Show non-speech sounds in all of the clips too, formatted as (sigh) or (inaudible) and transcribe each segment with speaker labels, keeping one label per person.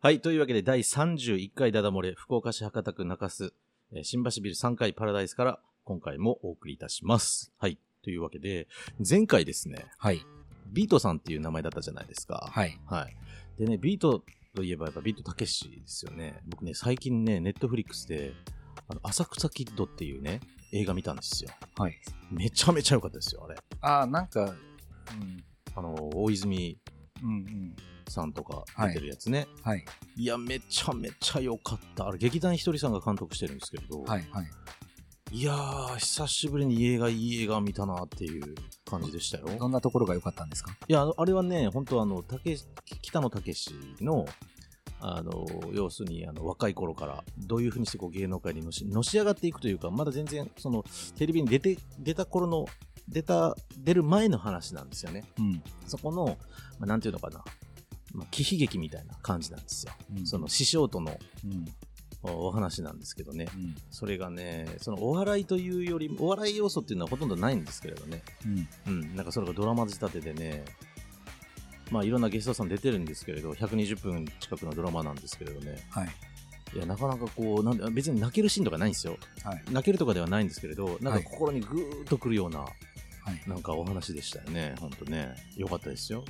Speaker 1: はい。というわけで、第31回ダダ漏れ、福岡市博多区中洲、えー新橋ビル3階パラダイスから、今回もお送りいたします。はい。というわけで、前回ですね、
Speaker 2: はい。
Speaker 1: ビートさんっていう名前だったじゃないですか。
Speaker 2: はい。
Speaker 1: はい。でね、ビートといえばやっぱビートたけしですよね。僕ね、最近ね、ネットフリックスで、あの、浅草キッドっていうね、映画見たんですよ。
Speaker 2: はい。
Speaker 1: めちゃめちゃ良かったですよ、あれ。
Speaker 2: ああ、なんか、うん。
Speaker 1: あの、大泉
Speaker 2: うんうん。
Speaker 1: さんとか出てるやつね。
Speaker 2: はい。
Speaker 1: い、や、めちゃめちゃ良かった。あれ、劇団ひとりさんが監督してるんですけれど、
Speaker 2: はい。はい。
Speaker 1: い、やー、久しぶりにいい映画、いい映画見たなっていう感じでしたよ。
Speaker 2: どんなところが良かったんですか
Speaker 1: いや、あのあれはね、本当あの、たけ北野武の、あの、要するに、あの、若い頃から、どういうふうにしてこう芸能界にのしのし上がっていくというか、まだ全然、その、テレビに出て、出た頃の、出た、出る前の話なんですよね。
Speaker 2: うん。
Speaker 1: そこの、まあ、なんていうのかな、まあ、喜悲劇みたいな感じなんですよ。
Speaker 2: うん
Speaker 1: その、、師匠との
Speaker 2: うん。
Speaker 1: おお話なんですけどね。
Speaker 2: うん。
Speaker 1: それがね、その、お笑いというより、お笑い要素っていうのはほとんどないんですけれどね。
Speaker 2: うん。
Speaker 1: うん、なんかそれがドラマ仕立てでね、まあいろんなゲストさん出てるんですけれど、120分近くのドラマなんですけれどね、
Speaker 2: はい。
Speaker 1: いや、なかなかこう、なんで別に泣けるシーンとかないんですよ。
Speaker 2: はい。
Speaker 1: 泣けるとかではないんですけれど、なんか
Speaker 2: はい
Speaker 1: 心にぐーっとくるような、
Speaker 2: はい。
Speaker 1: なんかお話でしたよね、ほんとね。よかったですよ、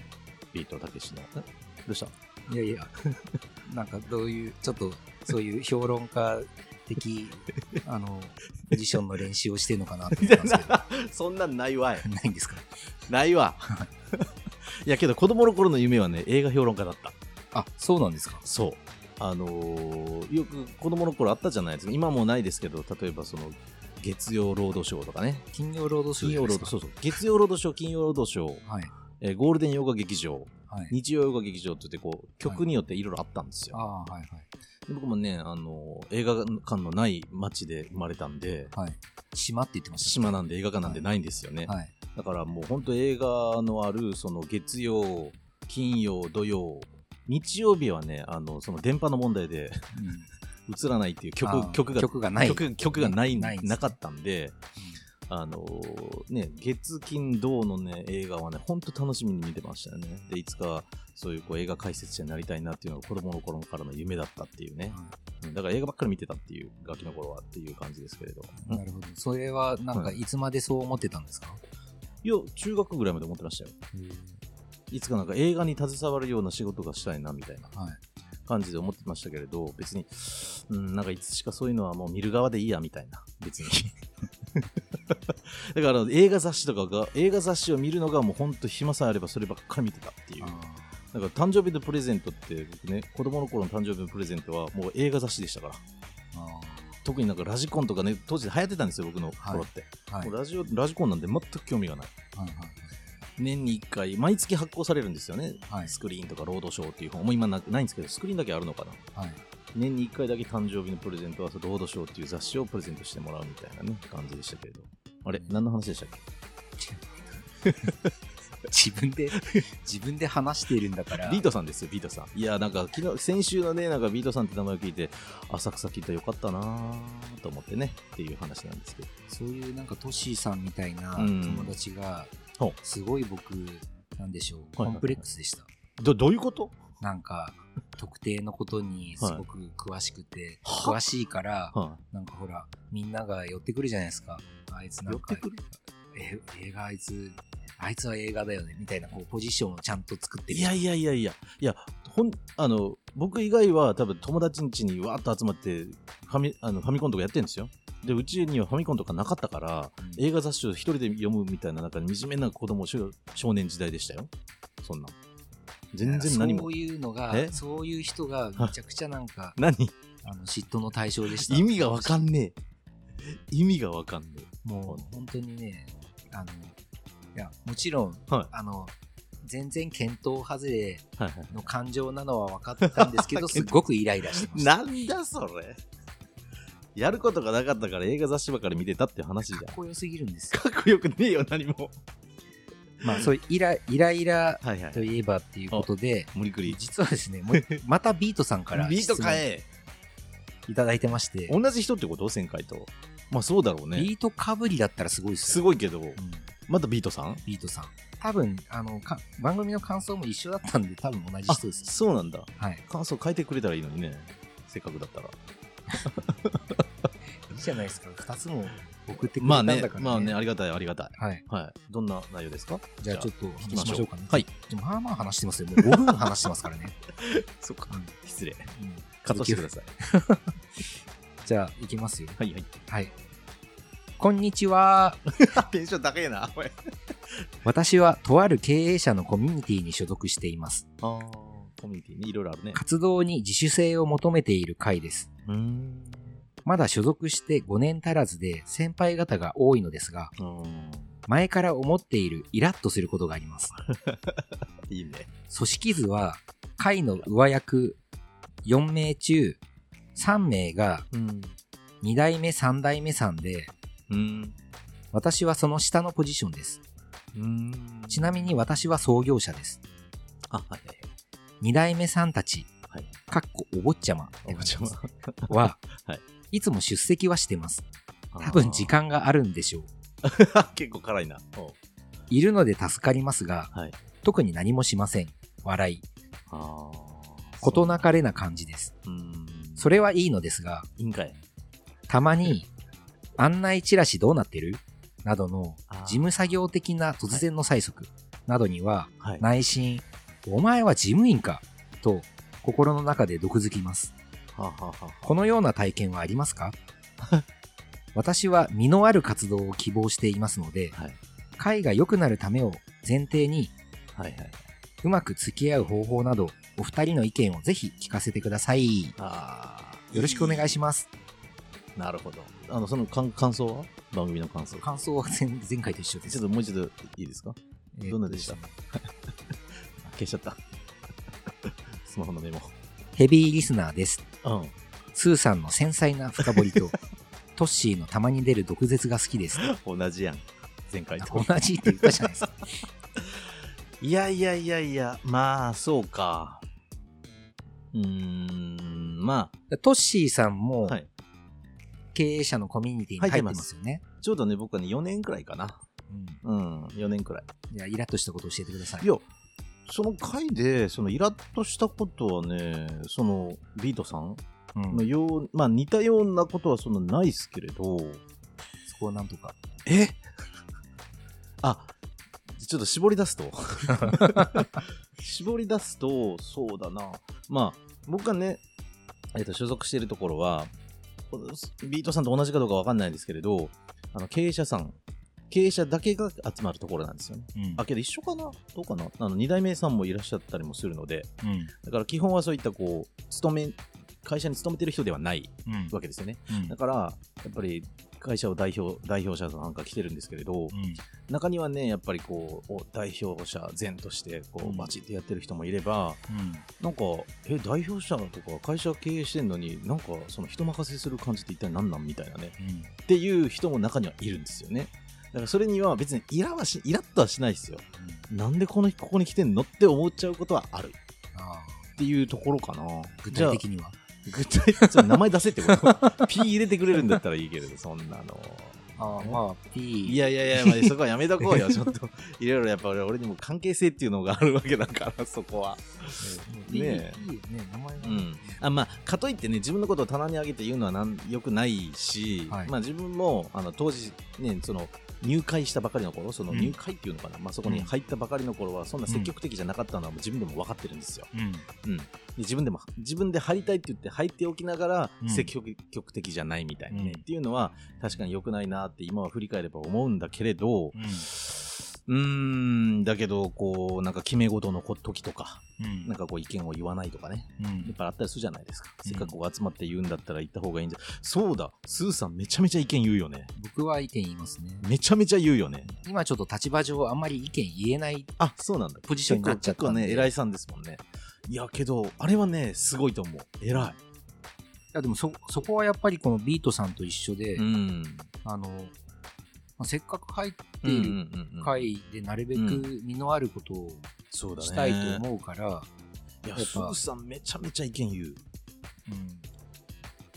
Speaker 1: ビートたけしの。えどうした
Speaker 2: いやいや、 (laughs) なんかどういう、ちょっとそういう評論家 (laughs) 的、あの、ポジションの練習をしてるのかなと思ったんですけど、
Speaker 1: そんなんないわい。
Speaker 2: (laughs) ないんですか
Speaker 1: ない (laughs) わ。いやけど子供の頃の夢はね、映画評論家だった。
Speaker 2: あ、そうなんですか
Speaker 1: そう。あのーよく子供の頃あったじゃないですか。今もうないですけど、例えばその、月曜ロードショーとかね。
Speaker 2: 金曜ロードショ
Speaker 1: 金
Speaker 2: ーじゃ
Speaker 1: 曜ロ
Speaker 2: ないで
Speaker 1: ード、
Speaker 2: すか
Speaker 1: そうそう。月曜ロードショー、金曜ロードショー、
Speaker 2: はい。
Speaker 1: えーゴールデン洋画劇場、
Speaker 2: はい。
Speaker 1: 日曜洋画劇場って言って、こう、曲によっていろいろあったんですよ。
Speaker 2: ああー、はいはい。
Speaker 1: で僕もね、あのー映画館のない町で生まれたんで、
Speaker 2: はい。島って言ってました
Speaker 1: 島なんで映画館なんでないんですよね。
Speaker 2: はい。
Speaker 1: だからもう本当映画のある、その月曜、金曜、土曜、日曜日はね、あの、その電波の問題で
Speaker 2: うん
Speaker 1: 映らないっていう
Speaker 2: あ
Speaker 1: 曲、
Speaker 2: ー
Speaker 1: 曲が
Speaker 2: 曲がない。
Speaker 1: 曲曲がない
Speaker 2: ないんですね
Speaker 1: なかったんで、あのーね、月金銅の、ね、映画はね、ほんと楽しみに見てましたよね。で、いつかそういうこう映画解説者になりたいなっていうのが子供の頃からの夢だったっていうね。うんだから映画ばっかり見てたっていう、ガキの頃はっていう感じですけれど。
Speaker 2: うんなるほど。それは、なんか、
Speaker 1: はい
Speaker 2: いつまでそう思ってたんですか、
Speaker 1: いや、中学ぐらいまで思ってましたよ。いつかなんか映画に携わるような仕事がしたいなみたいな
Speaker 2: はい。
Speaker 1: 感じで思ってましたけれど、別に、うん、なんかいつしかそういうのはもう見る側でいいやみたいな、別に。 (laughs) だからあの映画雑誌とかが、映画雑誌を見るのがもうほんと暇さえあればそればっかり見てたっていう
Speaker 2: あ。
Speaker 1: だから誕生日のプレゼントって僕ね、子供の頃の誕生日のプレゼントはもう映画雑誌でしたから。
Speaker 2: ー
Speaker 1: 特になんかラジコンとかね、当時流行ってたんですよ、僕の頃って。
Speaker 2: あーはい。
Speaker 1: も
Speaker 2: は
Speaker 1: うラジオ、ラジコンなんで全く興味がない。
Speaker 2: い
Speaker 1: 年に1回、毎月発行されるんですよね。
Speaker 2: はい。
Speaker 1: スクリーンとかロードショーっていう本もう今なないんですけど、スクリーンだけあるのかな。
Speaker 2: はい。
Speaker 1: 年に1回だけ誕生日のプレゼントは、そのロードショーっていう雑誌をプレゼントしてもらうみたいなね、感じでしたけれど。あれ何の話でしたっけ
Speaker 2: (laughs) 自分で、 (laughs) 自分で話しているんだから。
Speaker 1: ビートさんですよ、ビートさん。いや、なんか昨日、先週のね、なんかビートさんって名前を聞いて、浅草聞いたらよかったなぁと思ってね、っていう話なんですけど。
Speaker 2: (laughs) そういうなんかトシーさんみたいな
Speaker 1: うん
Speaker 2: 友達が
Speaker 1: ほ、
Speaker 2: すごい僕、なんでしょう、
Speaker 1: はいはい
Speaker 2: コンプレックスでした。
Speaker 1: ど、どういうこと
Speaker 2: なんか、特定のことにすごく詳しくて、
Speaker 1: は
Speaker 2: 詳しいから、
Speaker 1: は
Speaker 2: なんかほら、みんなが寄ってくるじゃないですか。あいつなんか
Speaker 1: 寄ってくる、
Speaker 2: え映画あいつ、あいつは映画だよね、みたいなこうポジションをちゃんと作っ
Speaker 1: い、
Speaker 2: てる
Speaker 1: いやいやいやいや、いや、ほん、あの、僕以外は多分友達ん家にわーっと集まって、ファミ、あの、ファミコンとかやってるんですよ。で、うちにはファミコンとかなかったから、
Speaker 2: うん
Speaker 1: 映画雑誌を一人で読むみたいな、なんか惨めな子供少少年時代でしたよ。そんなん。全然何
Speaker 2: そ
Speaker 1: も
Speaker 2: う。いうのが
Speaker 1: え、
Speaker 2: そういう
Speaker 1: (laughs)
Speaker 2: 人がめちゃくちゃなんか、
Speaker 1: 何
Speaker 2: あの嫉妬の対象でした。
Speaker 1: 意味がわかんねえ。意味がわかんね
Speaker 2: もう本当にね、あの、いや、もちろん、
Speaker 1: え。は
Speaker 2: あの、全然検討外
Speaker 1: い。
Speaker 2: れ
Speaker 1: はいはい。
Speaker 2: の感情なのは分かってたんで
Speaker 1: (laughs)
Speaker 2: すけど、すっごくイライラしてました。
Speaker 1: なんだそれ。やることがなかったから映画雑誌ばっかり見てたって話じゃん。
Speaker 2: かっこよすぎるんですよ。
Speaker 1: かっこよくねえよ、何も。
Speaker 2: まあ、そういうイライライラ
Speaker 1: はいは
Speaker 2: と
Speaker 1: い。
Speaker 2: いえばっていうことで、
Speaker 1: 無理くり。
Speaker 2: 実はですね、もうまたビートさんか
Speaker 1: (laughs)
Speaker 2: ら
Speaker 1: ビート
Speaker 2: 質問
Speaker 1: 変え。
Speaker 2: いただいてまして、
Speaker 1: 同じ人ってこと前回と。まあそうだろうね。
Speaker 2: ビートかぶりだったらすごいです
Speaker 1: す
Speaker 2: よ。
Speaker 1: ごいけど、
Speaker 2: うん
Speaker 1: またビートさん
Speaker 2: ビートさん。多分、あの、か番組の感想も一緒だったんで、多分同じ
Speaker 1: あ
Speaker 2: 人です。
Speaker 1: そうなんだ
Speaker 2: はい。
Speaker 1: 感想書いてくれたらいいのにねせっかくだったら
Speaker 2: いいじゃないですか。二つも送ってくれ
Speaker 1: ま
Speaker 2: た
Speaker 1: あ
Speaker 2: んだ
Speaker 1: ね
Speaker 2: からね。
Speaker 1: まあねありがたいありがたい
Speaker 2: はい。
Speaker 1: はいどんな内容ですか
Speaker 2: じゃあちょっと
Speaker 1: 聞
Speaker 2: 話
Speaker 1: き
Speaker 2: し
Speaker 1: ま
Speaker 2: ま
Speaker 1: しょう
Speaker 2: しょうかね。
Speaker 1: はい。
Speaker 2: まあまあ話してますよ。もう5分話してますから (laughs) ね。
Speaker 1: そっか
Speaker 2: うん
Speaker 1: 失礼
Speaker 2: うん
Speaker 1: カットしてください
Speaker 2: じゃあ、いきますよ。
Speaker 1: はいはい
Speaker 2: はい。こんにちは。 (laughs)
Speaker 1: テンション高いなおい
Speaker 2: 私はとある経営者のコミュニティに所属しています。
Speaker 1: あーコミュニティにいろいろあるね
Speaker 2: 活動に自主性を求めている会です。
Speaker 1: うーん
Speaker 2: まだ所属して5年足らずで先輩方が多いのですが、
Speaker 1: うーん
Speaker 2: 前から思っているイラッとすることがあります。
Speaker 1: いいね
Speaker 2: 組織図は会の上役4名中3名が
Speaker 1: うん
Speaker 2: 2代目3代目さんで、
Speaker 1: うん
Speaker 2: 私はその下のポジションです。
Speaker 1: うん
Speaker 2: ちなみに私は創業者です。
Speaker 1: あはいはい
Speaker 2: 2代目さんたち、
Speaker 1: はい
Speaker 2: かっこお坊ちゃま
Speaker 1: おばちゃま
Speaker 2: は、、
Speaker 1: (laughs) はい
Speaker 2: つも出席はしてます。
Speaker 1: あー
Speaker 2: 多分時間があるんでしょう。
Speaker 1: (laughs) 結構辛いなおう
Speaker 2: いるので助かりますが、
Speaker 1: はい
Speaker 2: 特に何もしません。笑い。
Speaker 1: あー
Speaker 2: 事なかれな感じです。
Speaker 1: うーん
Speaker 2: それはいいのですが、
Speaker 1: 委員会
Speaker 2: たまに、案内チラシどうなってるなどの
Speaker 1: あー
Speaker 2: 事務作業的な突然の催促などには、
Speaker 1: はい
Speaker 2: 内心、お前は事務員かと心の中で毒づきます。
Speaker 1: はあはあはあ
Speaker 2: このような体験はあ
Speaker 1: (laughs)
Speaker 2: りますか私は身のある活動を希望していますので、
Speaker 1: はい
Speaker 2: 会が良くなるためを前提に、
Speaker 1: はいはい。
Speaker 2: うまく付き合う方法など、お二人の意見をぜひ聞かせてください。よ
Speaker 1: ああ。
Speaker 2: ろしくお願いし
Speaker 1: ま
Speaker 2: ます。
Speaker 1: す。なるほど。あの、その感感想は番組の感想。
Speaker 2: 感想は前前回と一緒で
Speaker 1: ち
Speaker 2: す
Speaker 1: ょっ。ともう一度いいですか
Speaker 2: えー
Speaker 1: どんなでした消しちゃった。 (laughs) スマホのメモ。
Speaker 2: ヘビーリスナーです。
Speaker 1: うん。
Speaker 2: スーさんの繊細な深掘りと、トッシーのたまに出る毒舌が好きです。
Speaker 1: 同じやん。前回と。
Speaker 2: 同じって言ったじゃない
Speaker 1: (laughs)
Speaker 2: ですか。
Speaker 1: いやいやいやいや、まあ、そうか。うーん、ま
Speaker 2: トッシーさん
Speaker 1: あ、
Speaker 2: も
Speaker 1: はい。
Speaker 2: 経営者のコミュニティに入ってますよね。
Speaker 1: ちょうどね、僕はね、4年くらいかな。
Speaker 2: うん
Speaker 1: うん、4年くらい。
Speaker 2: いや、イラッとしたことを教えてください。
Speaker 1: いや、その回で、そのイラッとしたことはね、そのビートさん
Speaker 2: うん
Speaker 1: のよう、まあ似たようなことはそんなないですけれど、
Speaker 2: そこをなんとか。
Speaker 1: え (laughs) あ、ちょっと絞り出す
Speaker 2: (laughs)
Speaker 1: と。絞り出すと、そうだな。まあ、僕がね、えっと所属しているところは、ビートさんと同じかどうかわかんないですけれど、あの経営者さん、経営者だけが集まるところなんですよね。
Speaker 2: うん
Speaker 1: あ、けど一緒かなどうかなあの、二代目さんもいらっしゃったりもするので、
Speaker 2: うん。
Speaker 1: だから基本はそういったこう、勤め、会社に勤めてる人ではない
Speaker 2: うん。
Speaker 1: わけですよね。
Speaker 2: うん
Speaker 1: だから、やっぱり会社を代表、代表者さんが来てるんですけれど、
Speaker 2: うん
Speaker 1: 中にはね、やっぱりこう、お代表者前として、こ
Speaker 2: う
Speaker 1: う、
Speaker 2: ん
Speaker 1: バチってやってる人もいれば、
Speaker 2: うん
Speaker 1: なんか、え、代表者とか会社経営してんのに、なんか、その人任せする感じって一体何なんみたいなね、
Speaker 2: うん
Speaker 1: っていう人も中にはいるんですよね。だからそれには別にイラはし、イラッとはしないですよ。なんでこのここに来てんのって思っちゃうことはあるっ
Speaker 2: あ
Speaker 1: ていうところかな。
Speaker 2: ー具
Speaker 1: じゃあ
Speaker 2: 体的には
Speaker 1: 具体的に名前出せってこと
Speaker 2: (laughs)
Speaker 1: P 入れてくれるんだったらいいけれどそんなの
Speaker 2: あーまあ、P。
Speaker 1: いやいやいや、まあ、そこはやめとこ
Speaker 2: (laughs)
Speaker 1: うよちょっといろいろやっぱ俺俺にも関係性っていうのがあるわけだから (laughs) そこは
Speaker 2: う
Speaker 1: ね
Speaker 2: ん、P
Speaker 1: え
Speaker 2: ね名前が
Speaker 1: うんあまあかといってね自分のことを棚に上げて言うのはなんよくないし、
Speaker 2: はい
Speaker 1: まあ自分もあの当時ねその入会したばかりの頃その
Speaker 2: うん
Speaker 1: 入会っていうのかな、まあそこに入ったばかりの頃はそんな積極的じゃなかったのはもう自分でも分かってるんですよ
Speaker 2: うん。
Speaker 1: で自分でも自分で入りたいって言って入っておきながら
Speaker 2: うん
Speaker 1: 積極極的じゃないみたいなね、
Speaker 2: うん
Speaker 1: っていうのは確かに良くないなって今は振り返れば思うんだけれど
Speaker 2: うん
Speaker 1: うーんだけどこうなんか決め事のこ時とか
Speaker 2: うん
Speaker 1: なんかこう意見を言わないとかね
Speaker 2: う
Speaker 1: やっ
Speaker 2: ん
Speaker 1: ぱあったりするじゃないですか、
Speaker 2: うん
Speaker 1: せっかくこう集まって言うんだったら言った方がいいんじゃそうだスーさんめちゃめちゃ意見言うよね
Speaker 2: 僕は意見言いますね。
Speaker 1: めちゃめちゃ言うよね
Speaker 2: 今ちょっと立場上あんまり意見言えない。
Speaker 1: あそうなんだ
Speaker 2: ポジションになっちゃった
Speaker 1: 結構
Speaker 2: んで
Speaker 1: 結構ね偉いさんですもんねいやけどあれはねすごいと思う偉
Speaker 2: いやでもそ、そこはやっぱりこのビートさんと一緒で、
Speaker 1: いうん
Speaker 2: あの、まあせっかく入って
Speaker 1: うん
Speaker 2: いる
Speaker 1: うんうんうん
Speaker 2: 会でなるべく身のあることを
Speaker 1: そうだね
Speaker 2: したいと思うから、
Speaker 1: いや、
Speaker 2: やっぱ
Speaker 1: スーさんめちゃめちゃ意見言う。
Speaker 2: うん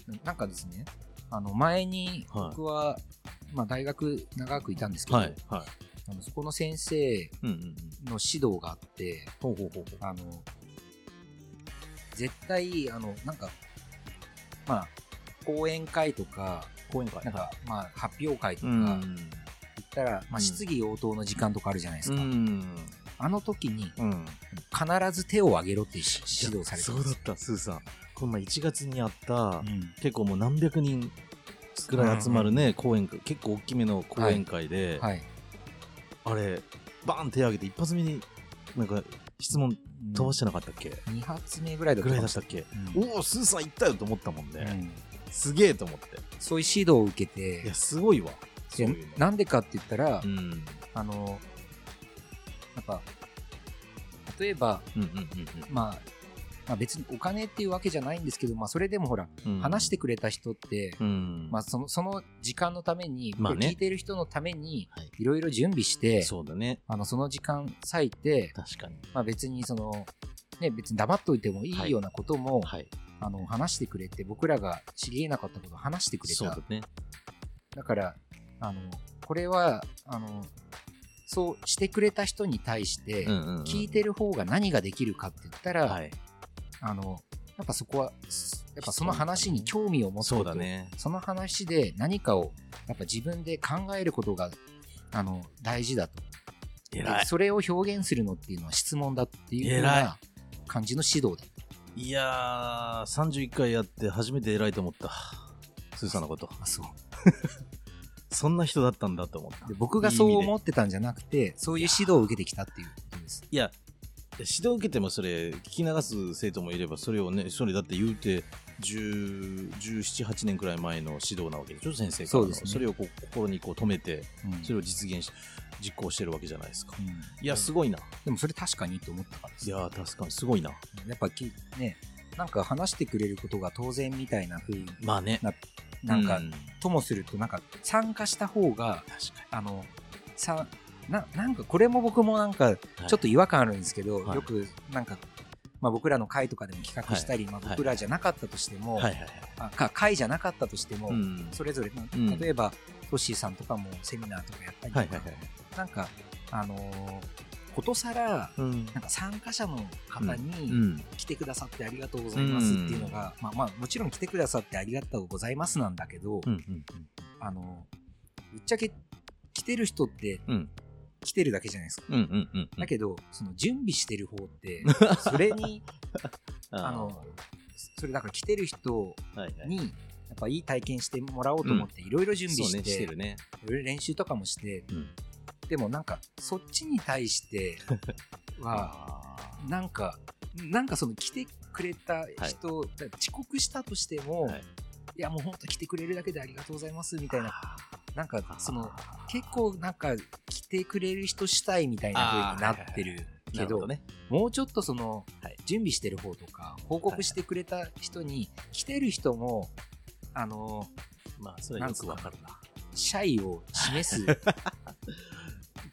Speaker 2: ななんかですね、あの前に
Speaker 1: はい
Speaker 2: 僕は、まあ、大学長くいたんですけど、
Speaker 1: はい。
Speaker 2: あのそこの先生
Speaker 1: うんうんうん。
Speaker 2: の指導があって、
Speaker 1: ほうほうほうほう。
Speaker 2: あの、絶対、あの、なんか、まあ、講演会とか、
Speaker 1: 講演会
Speaker 2: なんか、まあ、発表会と
Speaker 1: う
Speaker 2: か、
Speaker 1: ん。
Speaker 2: 言ったら、ま
Speaker 1: う
Speaker 2: あ、
Speaker 1: ん
Speaker 2: 質疑応答の時間とかあるじゃないです
Speaker 1: う
Speaker 2: か。
Speaker 1: ん。
Speaker 2: あの時に、
Speaker 1: うん。
Speaker 2: 必ず手を挙げろってし指導されて
Speaker 1: そ
Speaker 2: ま
Speaker 1: うだ
Speaker 2: す
Speaker 1: っ。た、スーさん。この前1月にあった、
Speaker 2: うん
Speaker 1: 結構もう何百人くらい集まるね、講演会、結構大きめの講演会で、
Speaker 2: はい。
Speaker 1: あれ、バーン手挙げて一発目に、なんか質問飛ばしてなかったっけ、
Speaker 2: 2発目ぐらいだ
Speaker 1: ぐらい出
Speaker 2: ま
Speaker 1: し
Speaker 2: す
Speaker 1: たっけ、
Speaker 2: うん
Speaker 1: おお、スーさん行ったよと思ったもん
Speaker 2: う
Speaker 1: ね。
Speaker 2: ん
Speaker 1: すげえと思って。
Speaker 2: そういう指導を受けて
Speaker 1: いや、、すごいわ。そ
Speaker 2: で
Speaker 1: ういうの
Speaker 2: なんでかって言ったら、
Speaker 1: うん。うん
Speaker 2: あの、なんか、例えば、
Speaker 1: うん
Speaker 2: まあ、まあ、別にお金っていうわけじゃないんですけど、まあ、それでもほら、
Speaker 1: うんうん。
Speaker 2: 話してくれた人って、
Speaker 1: うん。
Speaker 2: まあ、そのその時間のために、
Speaker 1: まあね
Speaker 2: これ聞いてる人のために
Speaker 1: はい、
Speaker 2: いろいろ準備して、
Speaker 1: そうだね。
Speaker 2: あのその時間割いて、
Speaker 1: 確かに。
Speaker 2: まあ、別にその、ね、別に黙っといてもい
Speaker 1: はい
Speaker 2: いようなことも、
Speaker 1: はい。
Speaker 2: あの話してくれて、僕らが知り得なかったことを話してくれ
Speaker 1: そう
Speaker 2: た
Speaker 1: だ。ね。
Speaker 2: だから、あのこれはあの、そうしてくれた人に対して、
Speaker 1: うんうんうん。
Speaker 2: 聞いてる方が何ができるかって言ったら、
Speaker 1: はい。
Speaker 2: あの、やっぱそこは、すやっぱその話に興味を持つ
Speaker 1: そ
Speaker 2: こ
Speaker 1: う
Speaker 2: と、
Speaker 1: だね。
Speaker 2: その話で何かを、やっぱ自分で考えることが、あの、大事だと。
Speaker 1: 偉
Speaker 2: で
Speaker 1: い。
Speaker 2: それを表現するのっていうのは質問だっていうよう
Speaker 1: 偉い
Speaker 2: な感じの指導だ。
Speaker 1: いやー、31回やって初めて偉いと思った。スーさんのこと。
Speaker 2: あそう
Speaker 1: (laughs) そんな人だったんだと思った。
Speaker 2: で僕がそう思ってたんじゃなくて、そういう指導を受けてきたっていうことです。
Speaker 1: いや、指導受けてもそれ、聞き流す生徒もいれば、それをね、それだって言うて、10 17、8年くらい前の指導なわけでしょ、先生からの
Speaker 2: そうですね
Speaker 1: それをこう心にこう止めて、
Speaker 2: うん
Speaker 1: それを実現し、実行してるわけじゃないですか。
Speaker 2: うん
Speaker 1: いや、すごいな。
Speaker 2: でもそれ確かにと思ったからです
Speaker 1: いやー、確かにすごいな。
Speaker 2: やっぱき、ね、なんか話してくれることが当然みたいな風に
Speaker 1: まあね。
Speaker 2: なんか、
Speaker 1: う
Speaker 2: ともするとなんか参加した方が
Speaker 1: 確か
Speaker 2: あのさななんかこれも僕もなんかち
Speaker 1: に。
Speaker 2: ょっと違和感あるんですけど、
Speaker 1: はい
Speaker 2: よくなんか、まあ、僕らの会とかでも企画したり、まあ、
Speaker 1: はい
Speaker 2: 僕らじゃなかったとしても、
Speaker 1: はいはいはい。
Speaker 2: あか会じゃなかったとしても、
Speaker 1: うん
Speaker 2: それぞれ、まあ
Speaker 1: うん
Speaker 2: 例えばトッシーさんとかもセミナーとかやったりと
Speaker 1: は
Speaker 2: か、
Speaker 1: いはいはい。
Speaker 2: なんかあのーことさら
Speaker 1: うん。
Speaker 2: なんか参加者の方
Speaker 1: う
Speaker 2: に
Speaker 1: ん。
Speaker 2: 来てくださってありがとうございますっていうのが、まあまあもちろん来てくださってありがとうございますなんだけど、
Speaker 1: うん。うん。
Speaker 2: あの、ぶっちゃけ、来てる人って
Speaker 1: うん。
Speaker 2: 来てるだけじゃないですか。
Speaker 1: うん。うん。うん。
Speaker 2: だけど、その準備してる方
Speaker 1: (laughs)
Speaker 2: って、それに、
Speaker 1: ど
Speaker 2: あの、それだから来てる人
Speaker 1: はいはい。
Speaker 2: に、やっぱいい体験してもらおうと思って、いろいろ準備
Speaker 1: そう
Speaker 2: し
Speaker 1: ね、して
Speaker 2: て、
Speaker 1: るね。
Speaker 2: いろいろ練習とかもして、
Speaker 1: うん。
Speaker 2: でもなんか、そっちに対しては、
Speaker 1: (laughs)
Speaker 2: なんか、なんかその来てくれた人、だから遅刻したとしても、
Speaker 1: はい
Speaker 2: い、やもう本当来てくれるだけでありがとうございますみたいな、なんかその、
Speaker 1: あー
Speaker 2: 結構なんか来てくれる人主体みたいな風になってるけ
Speaker 1: なる
Speaker 2: ど
Speaker 1: ほね、
Speaker 2: もうちょっとその、
Speaker 1: はい
Speaker 2: 準備してる方とか報告してくれた人に、来てる人もあの
Speaker 1: まあそれはよくわかるな。
Speaker 2: シャイを
Speaker 1: (laughs)
Speaker 2: 示す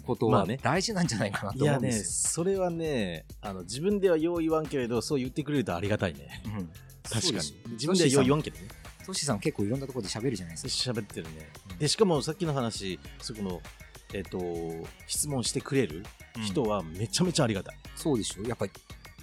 Speaker 2: こと
Speaker 1: まあ
Speaker 2: は
Speaker 1: ね
Speaker 2: 大事なんじゃないかないと思
Speaker 1: や
Speaker 2: うんで
Speaker 1: ね、
Speaker 2: す
Speaker 1: それはね、あの自分ではよう言わんけれど、そう言ってくれるとありがたいね。
Speaker 2: よ。うん
Speaker 1: 確か
Speaker 2: そう
Speaker 1: に。
Speaker 2: です
Speaker 1: 自分ではよう言わんけどね。
Speaker 2: トシさん結構いろんなところで喋るじゃないですか。
Speaker 1: 喋ってるね
Speaker 2: う。ん
Speaker 1: で、しかもさっきの話、そこの、えっ、と、質問してくれる人
Speaker 2: うん
Speaker 1: はめちゃめちゃありがたい。
Speaker 2: そうでしょやっぱり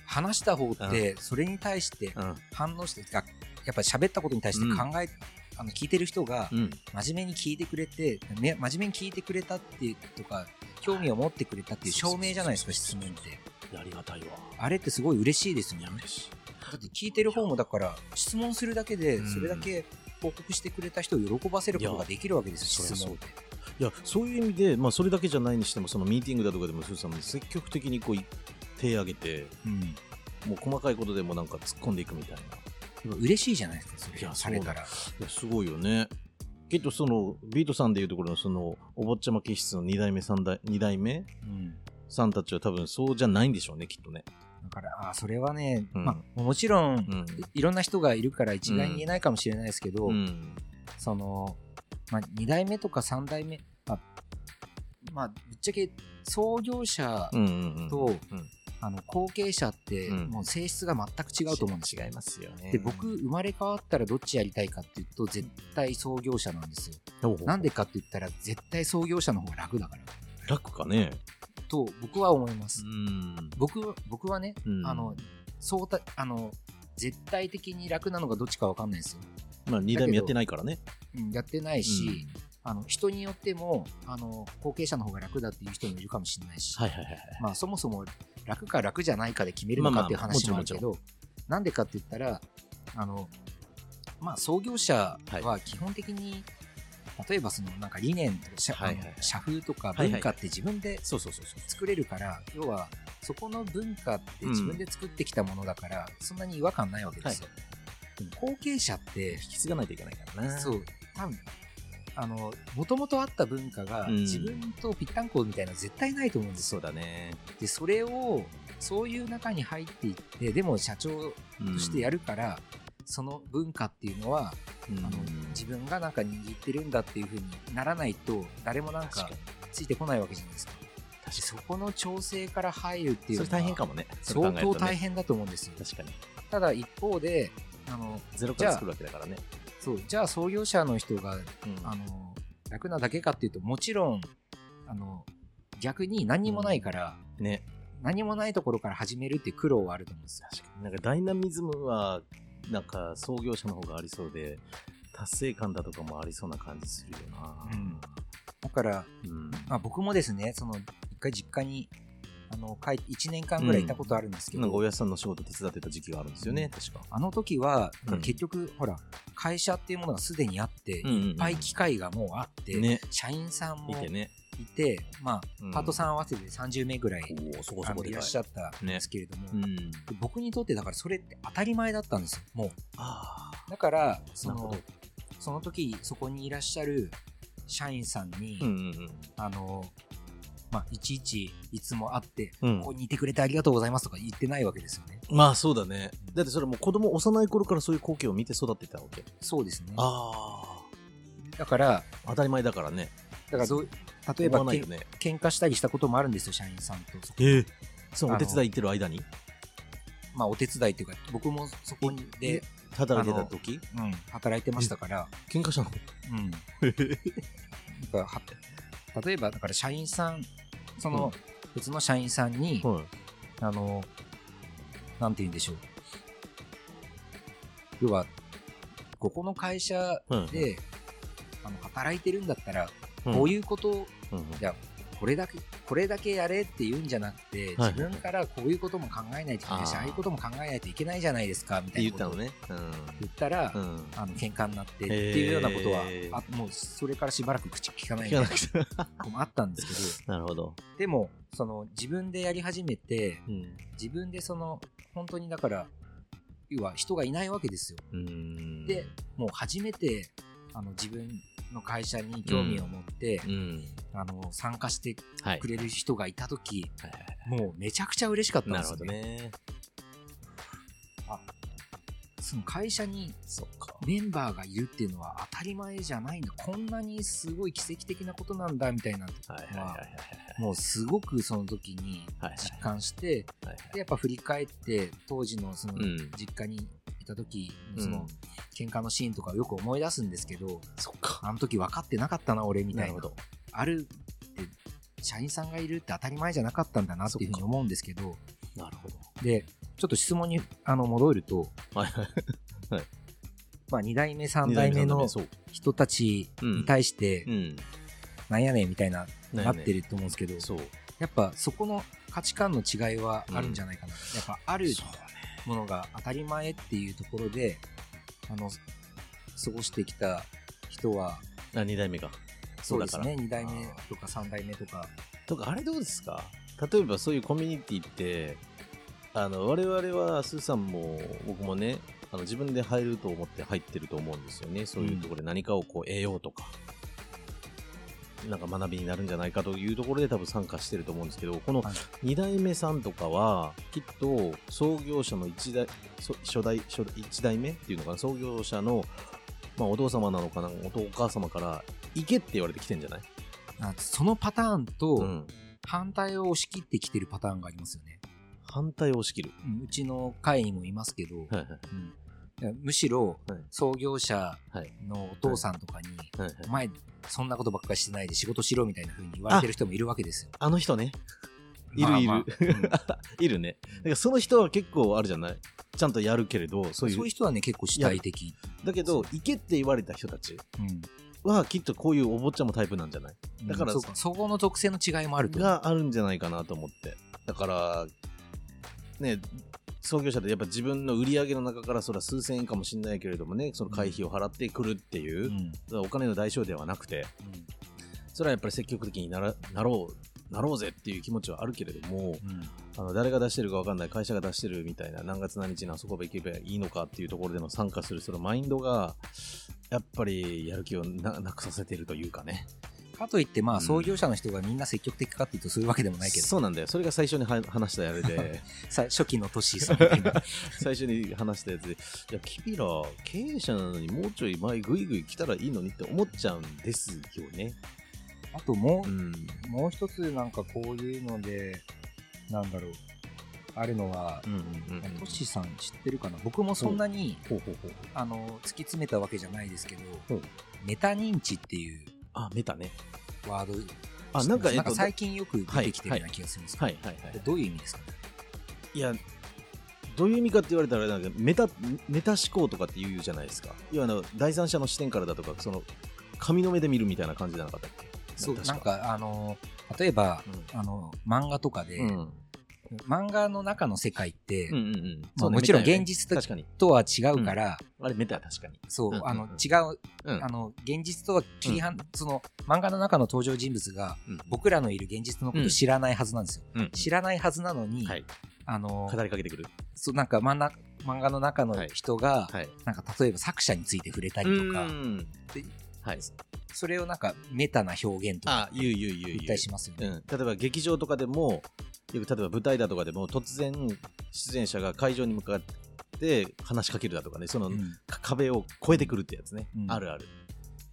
Speaker 2: 話した方ってそれに対して
Speaker 1: うん。
Speaker 2: 反応して、あやっぱり喋ったことに対して考え、あの聞いてる人が、
Speaker 1: うん。
Speaker 2: 真面目に聞いてくれて、ね、真面目に聞いてくれたっていうとか興味を持ってくれたっていう証明じゃないですか質問って
Speaker 1: いやありがたいわ。
Speaker 2: あれってすごい嬉しいですよ
Speaker 1: い
Speaker 2: ね
Speaker 1: や、嬉しい。
Speaker 2: だって聞いてる方もだから質問するだけで
Speaker 1: うん
Speaker 2: それだけ報告してくれた人を喜ばせることができるわけですよ
Speaker 1: いや
Speaker 2: 質問っ
Speaker 1: そ
Speaker 2: て
Speaker 1: いやそういう意味で、まあ、それだけじゃないにしてもそのミーティングだとかでもスーさんも積極的にこうい手挙げて
Speaker 2: うん
Speaker 1: もう細かいことでもなんか突っ込んでいくみたいな
Speaker 2: でも嬉しいじゃないですかそ
Speaker 1: いや
Speaker 2: れされたら
Speaker 1: いやすごいよねけどそのビートさんでいうところのそのお坊ちゃま気質の2代目3代二代目
Speaker 2: うん
Speaker 1: さんたちは多分そうじゃないんでしょうねきっとね
Speaker 2: だからあそれはね、
Speaker 1: うん
Speaker 2: まあ、もちろん、
Speaker 1: うん
Speaker 2: いろんな人がいるから一概に言えないかもしれないですけど、
Speaker 1: うん
Speaker 2: その、まあ、2代目とか3代目、まあ、まあ、ぶっちゃけ創業者、
Speaker 1: うんうんうん
Speaker 2: と
Speaker 1: うん
Speaker 2: あの後継者って、
Speaker 1: うん
Speaker 2: もう性質が全く違うと思うんですよ。
Speaker 1: 違いますよね
Speaker 2: で、僕、生まれ変わったらどっちやりたいかっていうと、絶対創業者なんですよ。
Speaker 1: ほうほう
Speaker 2: なんでかって言ったら、絶対創業者の方が楽だから。
Speaker 1: 楽かね。
Speaker 2: と僕は思います。
Speaker 1: ん。
Speaker 2: 僕は僕はね、
Speaker 1: うん
Speaker 2: あの、相対あの絶対的に楽なのがどっちかわかんないですよ。
Speaker 1: まあ、二代目やってないからね。
Speaker 2: うんやってないし、あの人によってもあの後継者の方が楽だっていう人もいるかもしれないし、
Speaker 1: はいはいはいはい。
Speaker 2: まあ、そもそも楽か楽じゃないかで決めるの
Speaker 1: まあ
Speaker 2: か
Speaker 1: まあ
Speaker 2: っていう話もあ
Speaker 1: も
Speaker 2: る
Speaker 1: ち
Speaker 2: け
Speaker 1: ろん
Speaker 2: ど、なんでかって言ったら、あのまあ、創業者は基本的に、例えばそのなんか理念とか社,、
Speaker 1: はいはいはい
Speaker 2: 社風とか
Speaker 1: いはい
Speaker 2: 文化って自分で
Speaker 1: そうそうそうそう。
Speaker 2: 作れるから、要はそこの文化って自分で作ってきたものだから、そんなに違和感ないわけですよ。でも後継者って
Speaker 1: 引き継がないといけないからね。
Speaker 2: そう、多分あの、もともとあった文化が、
Speaker 1: うん
Speaker 2: 自分とぴったんこみたいなの絶対ないと思うんです
Speaker 1: そ
Speaker 2: よ。
Speaker 1: うだね。
Speaker 2: で、それを、そういう中に入っていって、でも社長としてや
Speaker 1: る。
Speaker 2: るから、その文化っていうのは、
Speaker 1: うん
Speaker 2: あの、自分がなんか握ってるんだっていうふうにならないと、誰もなん
Speaker 1: 確か
Speaker 2: か
Speaker 1: に。
Speaker 2: ついてこないわけじゃないですか。
Speaker 1: 確かに。
Speaker 2: そこの調整から入るってい
Speaker 1: そ
Speaker 2: うの
Speaker 1: れ
Speaker 2: は、
Speaker 1: 大変かもね。
Speaker 2: 相当大
Speaker 1: 変。
Speaker 2: 変だと思うんですよ。
Speaker 1: 確かに。
Speaker 2: ただ一方で、あの、
Speaker 1: ゼロから作るわけだからね。
Speaker 2: そう、じゃあ創業者の人が
Speaker 1: うん
Speaker 2: あの楽なだけかっていうともちろんあの逆に何にもないから、
Speaker 1: ね。
Speaker 2: 何もないところから始めるっていう苦労はあると思うんですよ。
Speaker 1: 確かに。なんかダイナミズムは、なんか創業者の方がありそうで、達成感だとかもありそうな感じするよな。
Speaker 2: うんだから、
Speaker 1: うん。
Speaker 2: まあ、僕もですねその一回実家にあの帰1年間ぐらいいたことあるんですけ
Speaker 1: なん
Speaker 2: ど、
Speaker 1: かおやさんの仕事手伝ってた時期があるんですよね、確か。
Speaker 2: あの時はだから
Speaker 1: うん
Speaker 2: 結局、ほら会社っていうものがすでにあって、いっ
Speaker 1: いっ
Speaker 2: ぱい機会がもうあって、
Speaker 1: ね。
Speaker 2: 社員さんも
Speaker 1: いて
Speaker 2: い
Speaker 1: ね。
Speaker 2: て、ま
Speaker 1: うん
Speaker 2: あ、パートさん合わせて30名ぐらい、
Speaker 1: おお、そこ
Speaker 2: あ
Speaker 1: そこ
Speaker 2: の
Speaker 1: で
Speaker 2: い
Speaker 1: から
Speaker 2: っしゃったんですけれども、
Speaker 1: うん。
Speaker 2: で僕にとってだからそれって当たり前だったんですよも
Speaker 1: ああ。
Speaker 2: うだからそ
Speaker 1: なるほ
Speaker 2: の
Speaker 1: ど
Speaker 2: その時そこにいらっしゃる社員さんに、
Speaker 1: うんうん
Speaker 2: あのまあいちいちいつも会って、
Speaker 1: うん。うん
Speaker 2: ここにいてくれてありがとうございますとか言ってないわけですよね
Speaker 1: まあそうだね。だってそれもう子供幼い頃からそういう光景を見て育ってたわけ。
Speaker 2: そうですね
Speaker 1: あ
Speaker 2: だから
Speaker 1: あ。当たり前だからね。
Speaker 2: だからどう例えば
Speaker 1: 思わない
Speaker 2: け
Speaker 1: よね。
Speaker 2: ん喧嘩したりしたこともあるんですよ社員さんとそ
Speaker 1: ええその
Speaker 2: あ
Speaker 1: お
Speaker 2: の
Speaker 1: 手伝い行ってる間に
Speaker 2: まあお手伝いっていうか僕もそこにで、
Speaker 1: 働いてた時
Speaker 2: うん、働いてましたから、
Speaker 1: 喧嘩したの (laughs)
Speaker 2: うん、なんかは例えばだから社員さんその別の社員さんに、
Speaker 1: はい。
Speaker 2: あのなんて言うんでしょう要はここの会社
Speaker 1: うん
Speaker 2: で、あの働いてるんだったら、
Speaker 1: うん
Speaker 2: こういうことを
Speaker 1: うんうん
Speaker 2: いやこれだけこれだけやれって言うんじゃなくて、
Speaker 1: はい
Speaker 2: 自分からこういうことも考えないといけないし
Speaker 1: あー
Speaker 2: ああいうことも考えないといけないじゃないですか
Speaker 1: っ
Speaker 2: み
Speaker 1: たて
Speaker 2: い
Speaker 1: 言
Speaker 2: な
Speaker 1: っ
Speaker 2: こ
Speaker 1: た
Speaker 2: とを
Speaker 1: のね。
Speaker 2: 言ったら、
Speaker 1: うん。うん。
Speaker 2: あの喧嘩になってっていうようなことは、
Speaker 1: へー
Speaker 2: あもうそれからしばらく口聞かない
Speaker 1: 聞
Speaker 2: みた
Speaker 1: か
Speaker 2: い
Speaker 1: な
Speaker 2: な
Speaker 1: くて。
Speaker 2: こともあったんですけ
Speaker 1: (laughs)
Speaker 2: ど
Speaker 1: なるほど。
Speaker 2: でもその自分でやり始めて
Speaker 1: うん。
Speaker 2: 自分でその本当にだから要は人がいないわけですよ
Speaker 1: うん
Speaker 2: で、もう初めてあの自分の会社に興味を持って
Speaker 1: う、ん。
Speaker 2: あの参加して
Speaker 1: はい
Speaker 2: く。れる人がいた時、
Speaker 1: はいはい
Speaker 2: もうめちゃくちゃ嬉しかったん
Speaker 1: な
Speaker 2: で
Speaker 1: る
Speaker 2: す
Speaker 1: ほ
Speaker 2: よ
Speaker 1: ど
Speaker 2: ね
Speaker 1: ね。
Speaker 2: その会社に
Speaker 1: そっか。
Speaker 2: メンバーがいるっていうのは当たり前じゃないんだこんなにすごい奇跡的なことなんだみたいな
Speaker 1: はいはいはいはい
Speaker 2: もうすごくその時に
Speaker 1: はいはい
Speaker 2: 実感して
Speaker 1: はいはい。
Speaker 2: でやっぱ振り返って当時のその
Speaker 1: うん
Speaker 2: 実家にいた時
Speaker 1: う
Speaker 2: の
Speaker 1: ん
Speaker 2: その喧嘩のシーンとかをよく思い出すんですけど
Speaker 1: そっか。
Speaker 2: あの時分かってなかったな俺みた
Speaker 1: ないる
Speaker 2: な
Speaker 1: ほど。
Speaker 2: あるって社員さんがいるって当たり前じゃなかったんだなっていうふうに思うんですけど
Speaker 1: なるほ
Speaker 2: でちょっと質問にあの戻ると、
Speaker 1: ど。はいはい。
Speaker 2: まあ、2代目3代目の
Speaker 1: そう。
Speaker 2: 人たちに対して
Speaker 1: うん。
Speaker 2: なんやねんみたいな
Speaker 1: なん
Speaker 2: な
Speaker 1: や
Speaker 2: っ
Speaker 1: ね
Speaker 2: てると思うんですけど
Speaker 1: そう。
Speaker 2: やっぱそこの価値観の違いはあるんじゃないかな、やっぱあるものが当たり前っていうところであの過ごしてきた人は
Speaker 1: あ、二代目が。そ
Speaker 2: そ
Speaker 1: うう
Speaker 2: で
Speaker 1: だか
Speaker 2: す
Speaker 1: ら
Speaker 2: ね2代目
Speaker 1: あ
Speaker 2: とか3代目とか
Speaker 1: とか、あれどうですか例えばそういうコミュニティって、あの、我々は、スーさんも、僕もね、あの自分で入ると思って入ってると思うんですよね。そういうところで何かをこう得ようとか、なんか学びになるんじゃないかというところで多分参加してると思うんですけど、この
Speaker 2: はい
Speaker 1: 2代目さんとかは、きっと創業者の1代、そ初代、初1代目っていうのかな、創業者の、まあお父様なのかな、お父お母様から、行けって言われてきてんじゃない
Speaker 2: あそのパターン
Speaker 1: う
Speaker 2: と
Speaker 1: ん
Speaker 2: 反対を押し切ってきてるパターンがありますよね、
Speaker 1: 反対を押し切る。
Speaker 2: うんうちの会にもいますけど、
Speaker 1: はいはい
Speaker 2: うんいやむしろ
Speaker 1: はい
Speaker 2: 創業者
Speaker 1: はい
Speaker 2: のお父さんとかに、
Speaker 1: はいはい
Speaker 2: お前そんなことばっかりしてないで仕事しろみたいな風に言われてる人もいるわけですよ。
Speaker 1: あの人ね。い
Speaker 2: まあ
Speaker 1: るい
Speaker 2: まあ
Speaker 1: る。いるね。だからその人は結構あるじゃないちゃんとやるけれど、そういう。
Speaker 2: (laughs) そういう人はね結構主体的、
Speaker 1: だけど、行けって言われた人たち
Speaker 2: うん
Speaker 1: は、きっとこういうお坊ちゃまタイプなんじゃないだから
Speaker 2: そうかそこの特性の違いもあると
Speaker 1: があるんじゃないかなと思って。だから、ね、創業者でやっぱ自分の売り上げの中からそれは数千円かもしれないけれどもね、その会費を払ってくるっていうう、
Speaker 2: んうん
Speaker 1: お金の代償ではなくて、それはやっぱり積極的にならなろう、なろうぜっていう気持ちはあるけれども、
Speaker 2: うん
Speaker 1: あの誰が出してるか分かんない会社が出してるみたいな何月何日にあそこへ行けばいいのかっていうところでの参加するそのマインドがやっぱりやる気をななくさせてるというかね
Speaker 2: かといって
Speaker 1: う
Speaker 2: まあ
Speaker 1: ん
Speaker 2: 創業者の人がみんな積極的かっていうとそういうわけでもないけど、
Speaker 1: そうなんだよそれが最初には話したやつ
Speaker 2: (laughs)
Speaker 1: で
Speaker 2: さ初期のトッシーさんみたいな
Speaker 1: 最初に話したやつでいや君ら経営者なのにもうちょい前グイグイ来たらいいのにって思っちゃうんですよね
Speaker 2: (laughs) あともう
Speaker 1: うん
Speaker 2: もう一つなんかこういうので、なんだろう、あるのは
Speaker 1: う、んうんうん
Speaker 2: トシさん知ってるかな僕もそんなに、
Speaker 1: ほうほうほう
Speaker 2: あの、突き詰めたわけじゃないですけ
Speaker 1: ほ
Speaker 2: ど
Speaker 1: う、
Speaker 2: メタ認知っていう
Speaker 1: あメタね
Speaker 2: ワード、
Speaker 1: あなんかえっと
Speaker 2: 最近よく出てきてるような気がするんですけど、
Speaker 1: はいはいはい
Speaker 2: どういう意味ですか
Speaker 1: いや、どういう意味かって言われたらあれなんだけどメタ、メタ思考とかって言うじゃないですか。要はあの第三者の視点からだとか、その紙の目で見るみたいな感じじゃなかったっけ
Speaker 2: そう、
Speaker 1: 確
Speaker 2: なんか、あの、例えば、
Speaker 1: う
Speaker 2: あの、漫画とかで、
Speaker 1: んうん
Speaker 2: 漫画の中の世界って、
Speaker 1: うんうんうん
Speaker 2: ま
Speaker 1: そ
Speaker 2: あ
Speaker 1: うね
Speaker 2: もちろん
Speaker 1: メタよね
Speaker 2: 現実的
Speaker 1: 確かに。
Speaker 2: とは違うから、
Speaker 1: あれ、メタ確かに。
Speaker 2: そう
Speaker 1: う、ん
Speaker 2: あの、
Speaker 1: うん
Speaker 2: 違う、
Speaker 1: うん
Speaker 2: あの、現実とは切り離、その、漫画の中の登場人物が、
Speaker 1: うん
Speaker 2: 僕らのいる現実のこ
Speaker 1: うん
Speaker 2: と知らないはずなんですよ。
Speaker 1: うん
Speaker 2: 知らないはずなのに、
Speaker 1: はい、
Speaker 2: あの
Speaker 1: 語りかけてくる。
Speaker 2: そうなんか漫画漫画の中の人が、
Speaker 1: はい。
Speaker 2: なんか例えば作者について触れた
Speaker 1: う
Speaker 2: りとか、
Speaker 1: ん。
Speaker 2: で
Speaker 1: はい。
Speaker 2: それをなんかメタな表現とか
Speaker 1: あ、言う言う言う言う。
Speaker 2: 言ったりしますよ
Speaker 1: う
Speaker 2: ね。
Speaker 1: ん、例えば劇場とかでもよく例えば舞台だとかでも突然出演者が会場に向かって話しかけるだとかねその
Speaker 2: うん
Speaker 1: か壁を越えてくるってやつね、
Speaker 2: うん
Speaker 1: あるある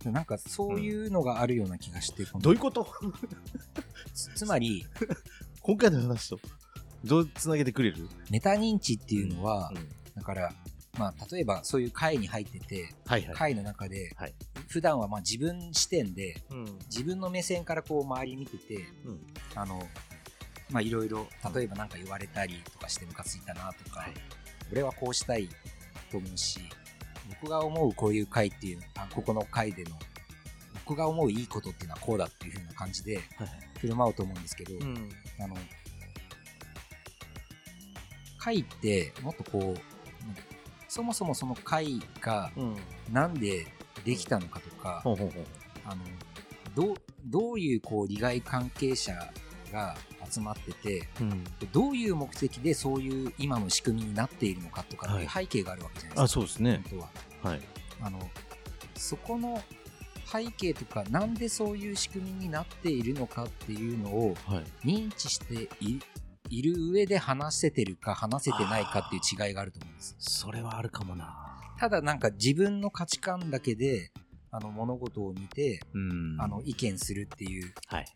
Speaker 2: でなんかそういうのがあるような気がして、この
Speaker 1: どういうこと (laughs)
Speaker 2: つつまり
Speaker 1: 今回の話とどうつなげてくれる、
Speaker 2: メタ認知っていうのは、
Speaker 1: うん
Speaker 2: だから、まあ、例えばそういう会に入ってて
Speaker 1: はいはい、
Speaker 2: 会の中で、
Speaker 1: はい
Speaker 2: 普段はまあ自分視点で
Speaker 1: うん
Speaker 2: 自分の目線からこう周り見てて、
Speaker 1: うん
Speaker 2: あの、まあ、いろいろ、例えば何か言われたりとかしてムカついたなとか、
Speaker 1: はい
Speaker 2: 俺はこうしたいと思うし、僕が思うこういう回っていう、あここの回での、僕が思ういいことっていうのはこうだっていう風な感じで
Speaker 1: はい
Speaker 2: 振る舞うと思うんですけど、
Speaker 1: うん
Speaker 2: あの、回ってもっとこう、なんかそもそもその回が
Speaker 1: うん
Speaker 2: なんでできたのかとか、
Speaker 1: ほうほうほう
Speaker 2: あのどうどういうこう利害関係者が集まってて
Speaker 1: うん
Speaker 2: どういう目的でそういう今の仕組みになっているのかとかっていう
Speaker 1: は
Speaker 2: 背景があるわけじゃないで
Speaker 1: あ
Speaker 2: す
Speaker 1: そうです
Speaker 2: か、
Speaker 1: ね
Speaker 2: 本当は
Speaker 1: はい
Speaker 2: あのそこの背景とかなんでそういう仕組みになっているのかっていうのを
Speaker 1: はい
Speaker 2: 認知していいる上で話せてるか話せてないかっていう違いがあると思うんです
Speaker 1: それはあるかもな
Speaker 2: ただなんか自分の価値観だけであの物事を見て
Speaker 1: うん
Speaker 2: あの意見するっていう
Speaker 1: はい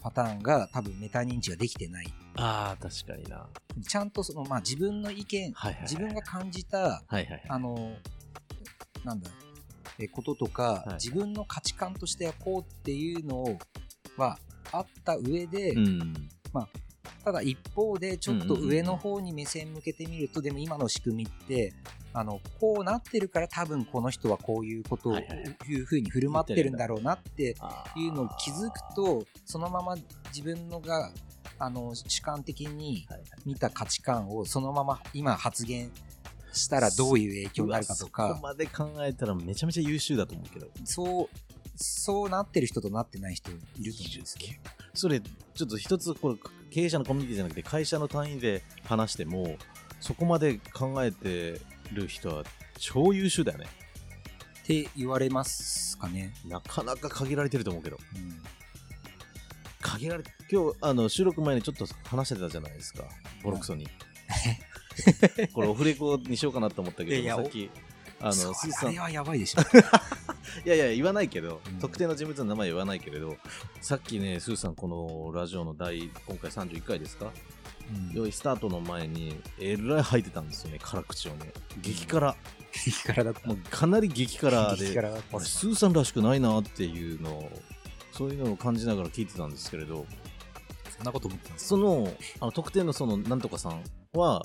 Speaker 2: パターンが多分メタ認知ができてない
Speaker 1: あー確かにな
Speaker 2: ちゃんとその、まあ、自分の意見
Speaker 1: はいはいはい
Speaker 2: 自分が感じた
Speaker 1: はいはい
Speaker 2: あのなんだえこととか、
Speaker 1: はい
Speaker 2: 自分の価値観としてはこうっていうのはあった上で、
Speaker 1: うん
Speaker 2: ただ一方でちょっと上の方に目線向けてみると、でも今の仕組みってあのこうなってるから多分この人はこういうことを、
Speaker 1: はい
Speaker 2: い
Speaker 1: はいう
Speaker 2: ふうに振る舞ってるんだろうなって
Speaker 1: あー
Speaker 2: いうのを気づくとそのまま自分のがあの主観的に
Speaker 1: はいはい
Speaker 2: 見た価値観をそのまま今発言したらどういう影響になるかと
Speaker 1: うわそ
Speaker 2: か
Speaker 1: こまで考えたらめちゃめちゃ優秀だと思うけど
Speaker 2: そうそうなってる人となってない人いると思うんですけ
Speaker 1: それちょっと一つこれ経営者のコミュニティじゃなくて会社の単位で話してもそこまで考えてる人は超優秀だよね
Speaker 2: って言われますかね。
Speaker 1: なかなか限られてると思うけど
Speaker 2: うん
Speaker 1: 限られ今日あの収録前にちょっと話してたじゃないですかボロクソにこれオフレコにしようかなと思ったけど
Speaker 2: いやいや
Speaker 1: さっきあのス
Speaker 2: そう
Speaker 1: ー
Speaker 2: あ
Speaker 1: さん
Speaker 2: れ
Speaker 1: い
Speaker 2: はやばい
Speaker 1: (laughs)
Speaker 2: でしょ。
Speaker 1: やいや言わないけど、
Speaker 2: うん
Speaker 1: 特定の人物の名前言わないけれどさっきねスーさんこのラジオの第今回31回ですか良いスタートの前に、えらい吐いてたんですよね、辛口をね。激辛。
Speaker 2: 激辛だった
Speaker 1: もうかなり激辛
Speaker 2: 激
Speaker 1: で、
Speaker 2: 辛だった
Speaker 1: あれ、スーさんらしくないなっていうのを、そういうのを感じながら聞いてたんですけれど、
Speaker 2: そんなこと思ってたんです
Speaker 1: その、あの特定のその、なんとかさんは、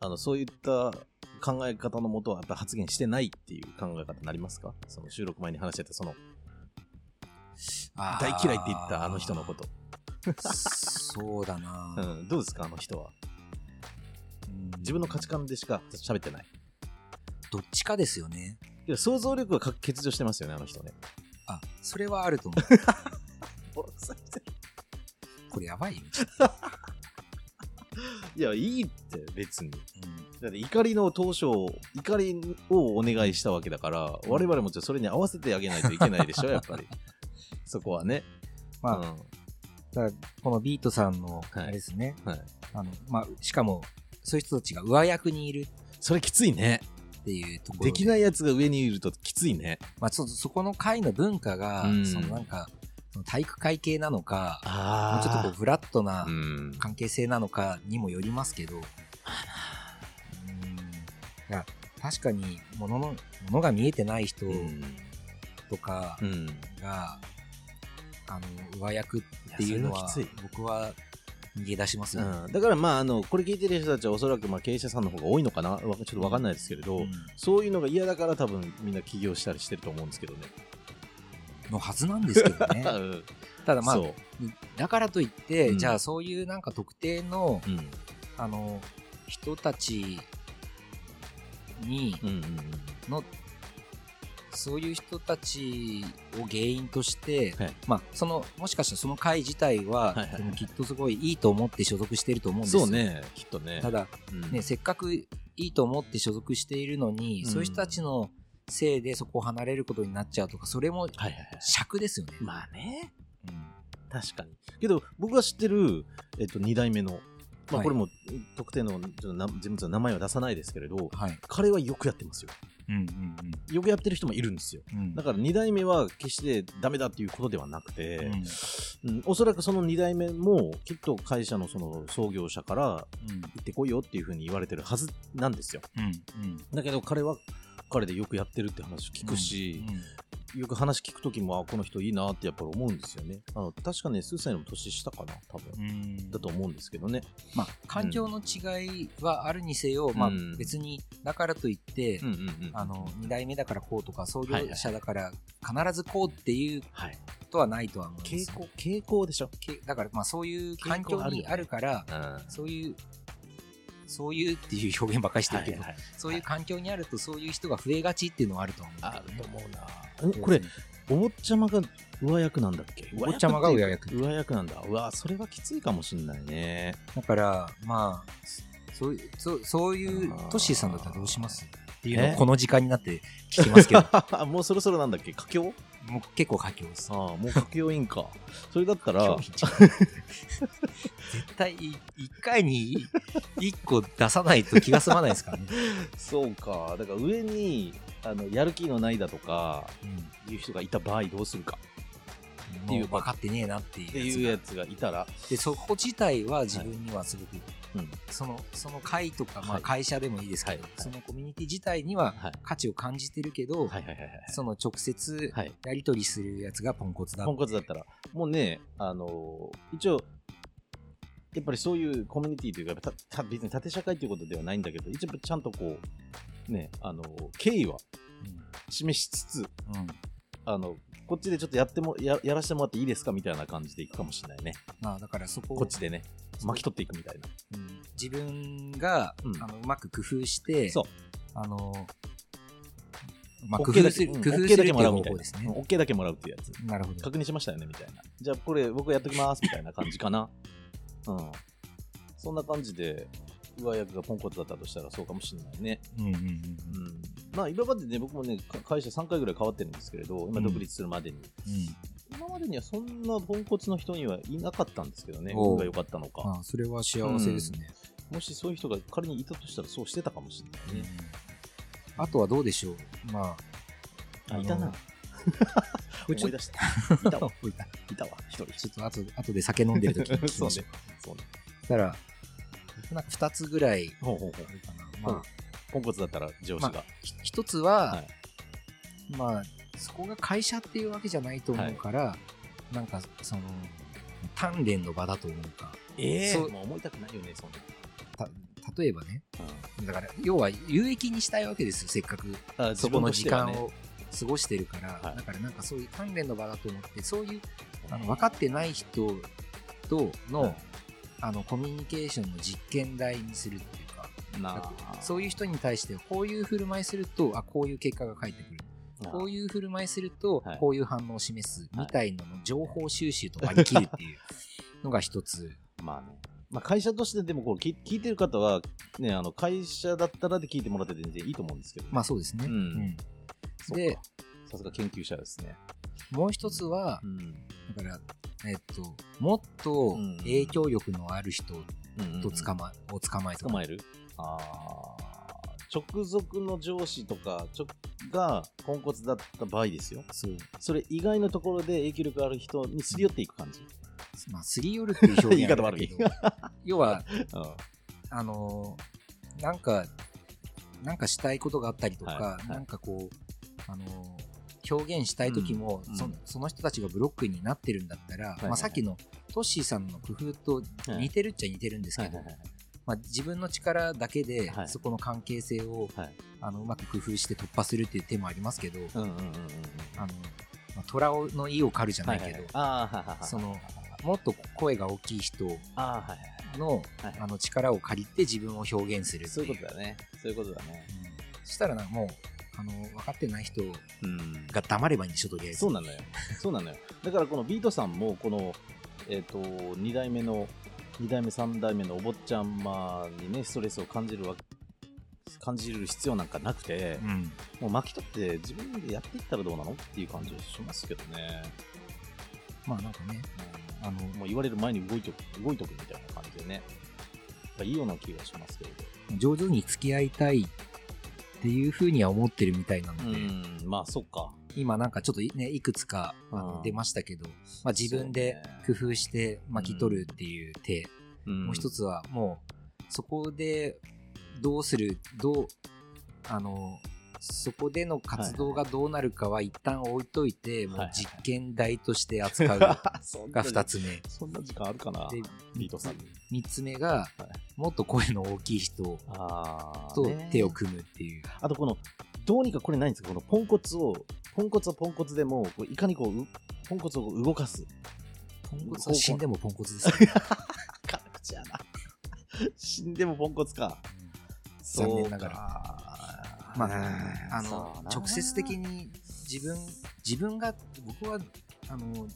Speaker 1: あの、そういった考え方のもとは、やっぱ発言してないっていう考え方になりますかその収録前に話してた、その、
Speaker 2: あ
Speaker 1: 大
Speaker 2: ー
Speaker 1: 嫌いって言ったあの人のこと。
Speaker 2: (laughs) そうだな、
Speaker 1: うん、どうですか、あの人は。
Speaker 2: うん
Speaker 1: 自分の価値観でしか喋ってない。
Speaker 2: どっちかですよね
Speaker 1: いや想像力が欠如してますよね、あの人ね。
Speaker 2: あそれはあると思 (laughs) うこれやばいよ、
Speaker 1: いや、いいって、別に。
Speaker 2: うん
Speaker 1: だって怒りの当初、怒りをお願いしたわけだから、我々もちょっとそれに合わせてあげないといけないで
Speaker 2: (laughs)
Speaker 1: しょ、やっぱり。そこはね。
Speaker 2: まあ
Speaker 1: うん
Speaker 2: だからこのビートさんの
Speaker 1: はい
Speaker 2: あれですね、
Speaker 1: はい、
Speaker 2: あのまあ、しかもそういう人たちが上役にいる
Speaker 1: それきついね。
Speaker 2: っていうところ
Speaker 1: できないやつが上にいるときついね。
Speaker 2: まあ、ちょっとそこの会の文化が、
Speaker 1: うん
Speaker 2: そのなんかその体育会系なのかも
Speaker 1: あ
Speaker 2: うちょっとこうフラットな
Speaker 1: うん。
Speaker 2: 関係性なのかにもよりますけど、うん、いや確かにものの物が見えてない人
Speaker 1: うん。
Speaker 2: とか
Speaker 1: うん。
Speaker 2: が、あの上役っ
Speaker 1: や
Speaker 2: ていうの
Speaker 1: そ
Speaker 2: は
Speaker 1: れはきつい
Speaker 2: 僕は逃げ出しますよ、ね
Speaker 1: うんだからまあ、あの、これ聞いてる人たちはおそらくまあ経営者さんの方が多いのかなわちょっとわかんないですけれど、
Speaker 2: うん
Speaker 1: そういうのが嫌だから多分みんな起業したりしてると思うんですけどね。
Speaker 2: のはずなんですけど
Speaker 1: (laughs)
Speaker 2: ね
Speaker 1: うん
Speaker 2: ただまあ
Speaker 1: そう。
Speaker 2: だからといって、
Speaker 1: うん
Speaker 2: じゃあそういうなんか特定の
Speaker 1: うん。
Speaker 2: あの人たちに
Speaker 1: うんうんうん。
Speaker 2: のそういう人たちを原因として、
Speaker 1: はい
Speaker 2: まあ、そのもしかしたらその会自体
Speaker 1: はい
Speaker 2: は、
Speaker 1: はいはい
Speaker 2: でもきっとすごいいいと思って所属していると思うんですよ
Speaker 1: そうね、きっとね。
Speaker 2: ただ、
Speaker 1: うん
Speaker 2: ね、せっかくいいと思って所属しているのに、
Speaker 1: うん
Speaker 2: そういう人たちのせいでそこを離れることになっちゃうとかそれも
Speaker 1: はいはいはい。
Speaker 2: 尺ですよね。
Speaker 1: まあね、
Speaker 2: うん
Speaker 1: 確かに。けど、僕が知ってる、えっと、2代目の、ま
Speaker 2: は
Speaker 1: あ、
Speaker 2: い
Speaker 1: これも特定のちょっとな人物の名前は出さないですけれど、
Speaker 2: はい
Speaker 1: 彼はよくやってますよ。
Speaker 2: うんうん
Speaker 1: よくやってる人もいるんですよ。
Speaker 2: うんうん
Speaker 1: だから2代目は決してダメだっていうことではなくて、
Speaker 2: う
Speaker 1: う
Speaker 2: ん
Speaker 1: んおそらくその2代目もきっと会社のその創業者から
Speaker 2: うん
Speaker 1: 行ってこいよっていうふうに言われてるはずなんですよ。
Speaker 2: うんうん
Speaker 1: だけど彼は彼でよくやってるって話聞くし、よく話聞くときも、あこの人いいなってやっぱり思うんですよね。あの確かね、数歳の年下かな、多分。
Speaker 2: うんうん
Speaker 1: だと思うんですけどね。
Speaker 2: まあ、環境の違いはあるにせよ、
Speaker 1: ん
Speaker 2: まあ
Speaker 1: うん、
Speaker 2: 別にだからといって、
Speaker 1: うんうんうん。
Speaker 2: あの2代目だからこうとか創業
Speaker 1: はいはい
Speaker 2: 者だから必ずこうっていう
Speaker 1: はい。
Speaker 2: ことはないとは思うんです
Speaker 1: 傾向、傾向でしょ。
Speaker 2: けだからまあそういう環境にあるから
Speaker 1: うん。は
Speaker 2: そういうそういうっていう表現ばっかりしてるけど、
Speaker 1: はい。
Speaker 2: そういう環境にあるとそういう人が増えがちっていうのはあるとは思
Speaker 1: あ
Speaker 2: うんだ
Speaker 1: る
Speaker 2: よ
Speaker 1: と
Speaker 2: ね
Speaker 1: 思うな。これ、お坊ちゃまが上役なんだっけ
Speaker 2: お坊ちゃまが上役
Speaker 1: って上役なんだ。うわ、それはきついかもしんないね。
Speaker 2: だからまあそういうそうそういう
Speaker 1: あー
Speaker 2: トッシーさんだったらどうしますっていう
Speaker 1: ね
Speaker 2: のをこの時間になって聞きま
Speaker 1: (laughs)
Speaker 2: すけど
Speaker 1: もうそろそろなんだっけ佳境
Speaker 2: もう結構佳境です
Speaker 1: ああ、もう佳境委員 (laughs) か。それだったら
Speaker 2: 興、味ない絶対い一回に一個出さないと気が済まないで
Speaker 1: (laughs)
Speaker 2: すからね。
Speaker 1: そうか。だから上に、あの、やる気のないだとか、いう人がいた場合どうするか
Speaker 2: っていう分かってねえなって
Speaker 1: って
Speaker 2: い
Speaker 1: いう
Speaker 2: うや
Speaker 1: やつがいたら、
Speaker 2: つでそこ自体は自分にはすごく、
Speaker 1: うん
Speaker 2: そのその会とか、
Speaker 1: は
Speaker 2: まあ、
Speaker 1: い
Speaker 2: 会社でもいいですけ
Speaker 1: は
Speaker 2: ど、
Speaker 1: いはい
Speaker 2: そのコミュニティ自体には
Speaker 1: はい。
Speaker 2: 価値を感じてるけど、
Speaker 1: はいはいはいはい。
Speaker 2: その直接
Speaker 1: はい。
Speaker 2: やり取りするやつがポンコツだ
Speaker 1: ポンコツだったら、もうね、あのー一応、やっぱりそういうコミュニティというか、やっぱたた別に縦社会ということではないんだけど、一応ちゃんとこう、ね、あのー敬意は示しつつ、
Speaker 2: うんうん
Speaker 1: あの、こっちでちょっとやっても、ややらせてもらっていいですかみたいな感じでいくかもしれないね。
Speaker 2: まあ、だからそこを
Speaker 1: こっちでね、巻き取っていくみたいな。
Speaker 2: うん自分が、
Speaker 1: うん
Speaker 2: あのうまく工夫して
Speaker 1: そう。
Speaker 2: あの、まあ、工
Speaker 1: OK
Speaker 2: 夫
Speaker 1: だ
Speaker 2: す
Speaker 1: け
Speaker 2: る、
Speaker 1: うん
Speaker 2: 工
Speaker 1: OK
Speaker 2: 夫するっ
Speaker 1: だ
Speaker 2: てい
Speaker 1: け
Speaker 2: う
Speaker 1: もらう
Speaker 2: 方
Speaker 1: みたい
Speaker 2: 法
Speaker 1: な
Speaker 2: です
Speaker 1: うん
Speaker 2: ね。
Speaker 1: OK だけもらうっていうやつ。
Speaker 2: なるほど。
Speaker 1: 確認しましたよねみたいな。じゃあこれ僕やっときますみたいな感じか
Speaker 2: (laughs)
Speaker 1: な。うん。そんな感じで、上役がポンコツだったとしたらそうかもしれないね。
Speaker 2: うんうんうんうん
Speaker 1: うんまあ今までね、僕もね、か会社3回ぐらい変わってるんですけれど、今
Speaker 2: うん
Speaker 1: 独立するまでに。今までにはそんなポンコツの人にはいなかったんですけどね、
Speaker 2: おう
Speaker 1: 運が良かったのか。
Speaker 2: まあ、それは幸せですね。
Speaker 1: もしそういう人が仮にいたとしたらそうしてたかもしれないね。
Speaker 2: あとはどうでしょう。まあ、
Speaker 1: あ、いたな。。
Speaker 2: これち
Speaker 1: 思
Speaker 2: ょっ
Speaker 1: い
Speaker 2: と
Speaker 1: 出した。
Speaker 2: い
Speaker 1: い
Speaker 2: た
Speaker 1: た
Speaker 2: わ (laughs)
Speaker 1: わ。
Speaker 2: ちょ
Speaker 1: いたわ、一人。
Speaker 2: っと後後で酒飲んでる時に聞き
Speaker 1: (laughs) そう
Speaker 2: ましょ
Speaker 1: ね
Speaker 2: う。。
Speaker 1: そうね。
Speaker 2: だから、少なく2つぐらい
Speaker 1: ほうほうほ
Speaker 2: あ
Speaker 1: う
Speaker 2: るかな。
Speaker 1: ほう
Speaker 2: ま
Speaker 1: ポンコツだったら上司が、
Speaker 2: あ、ひ一つは、
Speaker 1: はい
Speaker 2: まあ、そこが会社っていうわけじゃないと思うから、なんか、その、鍛錬の場だと思うか。
Speaker 1: ええ
Speaker 2: そう
Speaker 1: もう思いたくないよねそんな、
Speaker 2: た例えばね、だから、要は有益にしたいわけですよ、せっかく。
Speaker 1: あ自
Speaker 2: そこ
Speaker 1: 分
Speaker 2: の
Speaker 1: とし
Speaker 2: 時
Speaker 1: ては
Speaker 2: 間
Speaker 1: ね
Speaker 2: を過ごしてるから、
Speaker 1: はい
Speaker 2: だからなんかそういう鍛錬の場だと思って、そういうあの分かってない人との,、
Speaker 1: はい
Speaker 2: あのコミュニケーションの実験台にするっていうか、
Speaker 1: な
Speaker 2: そういう人に対してこういう振る舞いすると、あ、こういう結果が返ってくる。
Speaker 1: あ
Speaker 2: こういう振る舞いすると
Speaker 1: はい、
Speaker 2: こういう反応を示すみたいなの情報収集と割り切るっていうのが一つ。
Speaker 1: まあね。まあ、会社としてでもこう聞聞いてる方は、ね、あの会社だったらで聞いてもらって全然いいと思うんですけど、
Speaker 2: まあそうですね。
Speaker 1: うん
Speaker 2: うん
Speaker 1: そう
Speaker 2: で
Speaker 1: か、さすが研究者ですね。
Speaker 2: もう一つは
Speaker 1: う、ん
Speaker 2: だから、えっと、もっと
Speaker 1: うん
Speaker 2: 影響力のある人
Speaker 1: うんうん
Speaker 2: と捕ま、を捕まえと
Speaker 1: 捕
Speaker 2: か
Speaker 1: まえるあー直属の上司とか直がポンコツだった場合ですよ。
Speaker 2: そう。
Speaker 1: それ以外のところで影響力ある人にすり寄っていく感じ。
Speaker 2: まあ、すり寄るっていう表現
Speaker 1: (laughs) 言い方悪い
Speaker 2: あれだけど (laughs) 要は、
Speaker 1: うん
Speaker 2: あのーなんか、なんかしたいことがあったりとか、
Speaker 1: はいはい
Speaker 2: なんかこう、あのー表現したい時も、
Speaker 1: うん
Speaker 2: そ
Speaker 1: うん
Speaker 2: その人たちがブロックになってるんだったら、
Speaker 1: いはい
Speaker 2: まあ、さっきのトッシーさんの工夫と似てるっちゃ似てるんですけど、まあ、自分の力だけで、
Speaker 1: はい
Speaker 2: そこの関係性を、
Speaker 1: はい
Speaker 2: あのうまく工夫して突破するっていう手もありますけど、
Speaker 1: うんうんうんうんうん
Speaker 2: あのまあ、虎の意を狩るじゃな
Speaker 1: はいい
Speaker 2: け
Speaker 1: は
Speaker 2: ど、
Speaker 1: いはいあーはいはいはい
Speaker 2: そのもっと声が大きい
Speaker 1: あ
Speaker 2: 人
Speaker 1: ーはいはいはいは
Speaker 2: の
Speaker 1: いはい
Speaker 2: あの力を借りて自分を表現するって
Speaker 1: そ
Speaker 2: いう
Speaker 1: いうことだね。そういうことだね。
Speaker 2: うんそしたらなもうあの分かってない人
Speaker 1: うん
Speaker 2: が黙ればいいんでしょとりあえず
Speaker 1: そうなのよ。そうなのよ。だからこのビートさんも、この、えっ、と、2代目の、2代目、3代目のお坊ちゃんまにね、ストレスを感じるわ感じる必要なんかなくて、
Speaker 2: うん、
Speaker 1: もう巻き取って自分でやっていったらどうなのっていう感じはしますけどね。
Speaker 2: まあなんかねあの、
Speaker 1: もう言われる前に動いとく、動いとくみたいな感じでね。やっぱいいような気がしますけれど。
Speaker 2: 上手に付き合いたいっていうふうには思ってるみたいなので、
Speaker 1: ん、まあそっか。
Speaker 2: 今なんかちょっといねいくつかあの
Speaker 1: うん
Speaker 2: 出ましたけど、まあ、自分で工夫して巻き取るっていう手、も
Speaker 1: も
Speaker 2: う一。つはもうそこでどうするどうあのそこでの活動がどうなるかは一旦置いといて、
Speaker 1: はい
Speaker 2: も
Speaker 1: は
Speaker 2: う
Speaker 1: い
Speaker 2: 実験台とし
Speaker 1: (laughs)
Speaker 2: て扱う
Speaker 1: そんな
Speaker 2: が2つ目。
Speaker 1: そんな時間あるかな
Speaker 2: で
Speaker 1: ビートさんに。
Speaker 2: 3つ目が
Speaker 1: は
Speaker 2: もっと声の大きい人
Speaker 1: あ
Speaker 2: と
Speaker 1: ね
Speaker 2: 手を組むっていう、
Speaker 1: あとこのどうにかこれないんですかこのポンコツをポンコツはポンコツでもこういかにこううポンコツを動かす
Speaker 2: ポンコツ
Speaker 1: こう
Speaker 2: は死んでもポンコツですからね
Speaker 1: 辛口やな (laughs) 死んでもポンコツか
Speaker 2: 残念ながら
Speaker 1: ら
Speaker 2: まああの直接的に自分自分が僕はあの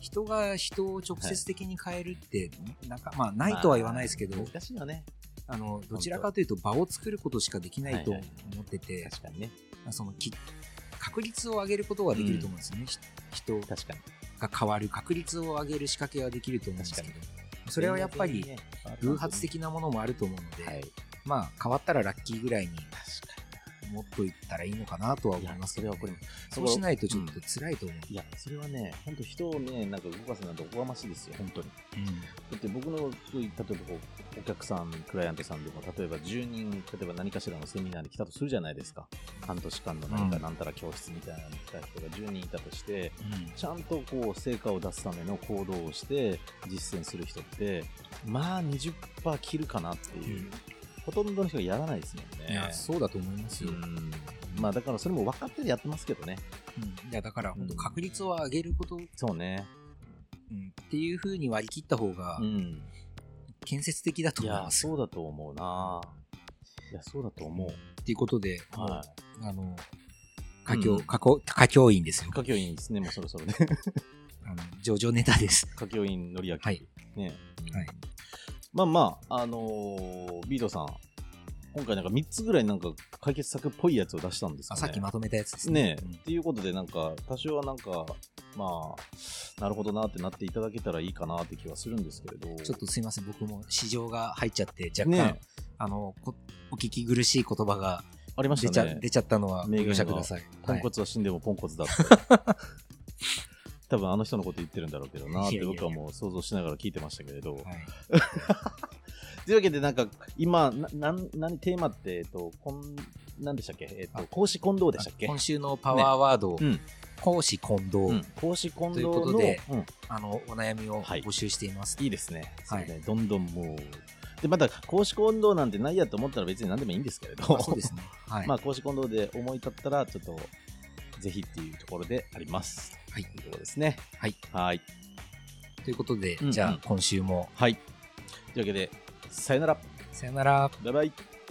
Speaker 2: 人が人を直接的に変えるってなんか、まあ、ないとは言わないですけど、
Speaker 1: 難しいよね
Speaker 2: あのどちらかというと場を作ることしかできないと
Speaker 1: はい
Speaker 2: 思
Speaker 1: はい
Speaker 2: ってて、
Speaker 1: 確かにね
Speaker 2: そのき確率を上げることはできると思うんですよね、ひ人
Speaker 1: 確かに
Speaker 2: が変わる確率を上げる仕掛けはできると思うんですけど
Speaker 1: 確
Speaker 2: それはやっぱり
Speaker 1: 全然ね
Speaker 2: 偶発的なものもあると思うので、
Speaker 1: はい
Speaker 2: まあ変わったらラッキーぐらいに
Speaker 1: 確か
Speaker 2: 持っといったらいいのかなとは思いますけど、
Speaker 1: いやそれはこ
Speaker 2: そうしないとちょっと辛いと思う、
Speaker 1: にいやそれはね本当人をねなんか動かすなんておこがましいですよ本当にだって僕のそういう例えばこうお客さん、クライアントさんでも、例えば10人、例えば何かしらのセミナーに来たとするじゃないですか。半年間の何か、
Speaker 2: うん
Speaker 1: なんたら教室みたいなのに来た人が10人いたとして、ちゃんとこう成果を出すための行動をして実践する人って、まあ20%切るかなっていう、
Speaker 2: うん
Speaker 1: ほとんどの人がやらないですもん
Speaker 2: い
Speaker 1: ね。
Speaker 2: やそうだと思います
Speaker 1: う
Speaker 2: よ、
Speaker 1: んまあだからそれも分かってやってますけどね。
Speaker 2: うんいやだから本当確率を上げること、
Speaker 1: そうね。
Speaker 2: うんっていうふうに割り切った方が
Speaker 1: うん。
Speaker 2: 建設的だと
Speaker 1: い
Speaker 2: 思い
Speaker 1: や、
Speaker 2: ます、
Speaker 1: そうだと思うな。いや、そうだと思う。
Speaker 2: っていうことで、も
Speaker 1: は
Speaker 2: う
Speaker 1: い。
Speaker 2: あの佳境
Speaker 1: うん
Speaker 2: 佳境佳境員ですよ
Speaker 1: 歌教員ですね、もうそろそろ
Speaker 2: (laughs)
Speaker 1: ね。
Speaker 2: あの上場ネタです
Speaker 1: 歌教員のりあき。
Speaker 2: はい
Speaker 1: ね。
Speaker 2: はい
Speaker 1: まあまあ、あのービートさん、今回なんか3つぐらいなんか解決策っぽいやつを出したんですか
Speaker 2: あ
Speaker 1: ね。
Speaker 2: さっきまとめたやつです
Speaker 1: ね
Speaker 2: ね
Speaker 1: え、っていうことで、なんか、多少はなんか、まあ、なるほどなってなっていただけたらいいかなって気はするんですけれど。
Speaker 2: ちょっとすいません僕も市場が入っちゃって若干、
Speaker 1: ねえ、
Speaker 2: あのこお聞き苦しい言葉が
Speaker 1: ありまし
Speaker 2: 出ち
Speaker 1: た
Speaker 2: ゃ,、
Speaker 1: ね。
Speaker 2: 出ちゃったのはご
Speaker 1: 名言
Speaker 2: 容
Speaker 1: が
Speaker 2: 赦ください。
Speaker 1: ポンコ
Speaker 2: ツ
Speaker 1: ツは死んでもポンコツだって。多分あの人のこと言ってるんだろうけどなっ
Speaker 2: いやい
Speaker 1: て
Speaker 2: やいや
Speaker 1: 僕はもう想像しながら聞いてましたけれど。
Speaker 2: はい
Speaker 1: というわけで、なんか、今、な、なん、何、テーマって、えっと、こん、なんでしたっけえっと
Speaker 2: あ、
Speaker 1: 講師混同でしたっけ
Speaker 2: 今週のパワーワード、
Speaker 1: うん。
Speaker 2: 講師混同、
Speaker 1: うん。講師混同の
Speaker 2: ということで
Speaker 1: うん、
Speaker 2: あの、お悩みを
Speaker 1: はい
Speaker 2: 募集してい
Speaker 1: (laughs)
Speaker 2: ます。
Speaker 1: いいですね。そ
Speaker 2: は
Speaker 1: れ
Speaker 2: い
Speaker 1: ね、どんどんもう。で、また、講師混同なんてないやと思ったら別に何でもいいんですけれど。
Speaker 2: あそうですね。は
Speaker 1: (laughs)
Speaker 2: い。
Speaker 1: まあ、公式混同で思い立ったら、ちょっと、ぜひっていうところであります。
Speaker 2: はい
Speaker 1: というところですね。
Speaker 2: はい。
Speaker 1: はい。
Speaker 2: ということで、
Speaker 1: うん
Speaker 2: じゃ
Speaker 1: うん
Speaker 2: あ今週も、
Speaker 1: はい。というわけで、さよなら。
Speaker 2: さよなら。
Speaker 1: バイバイ。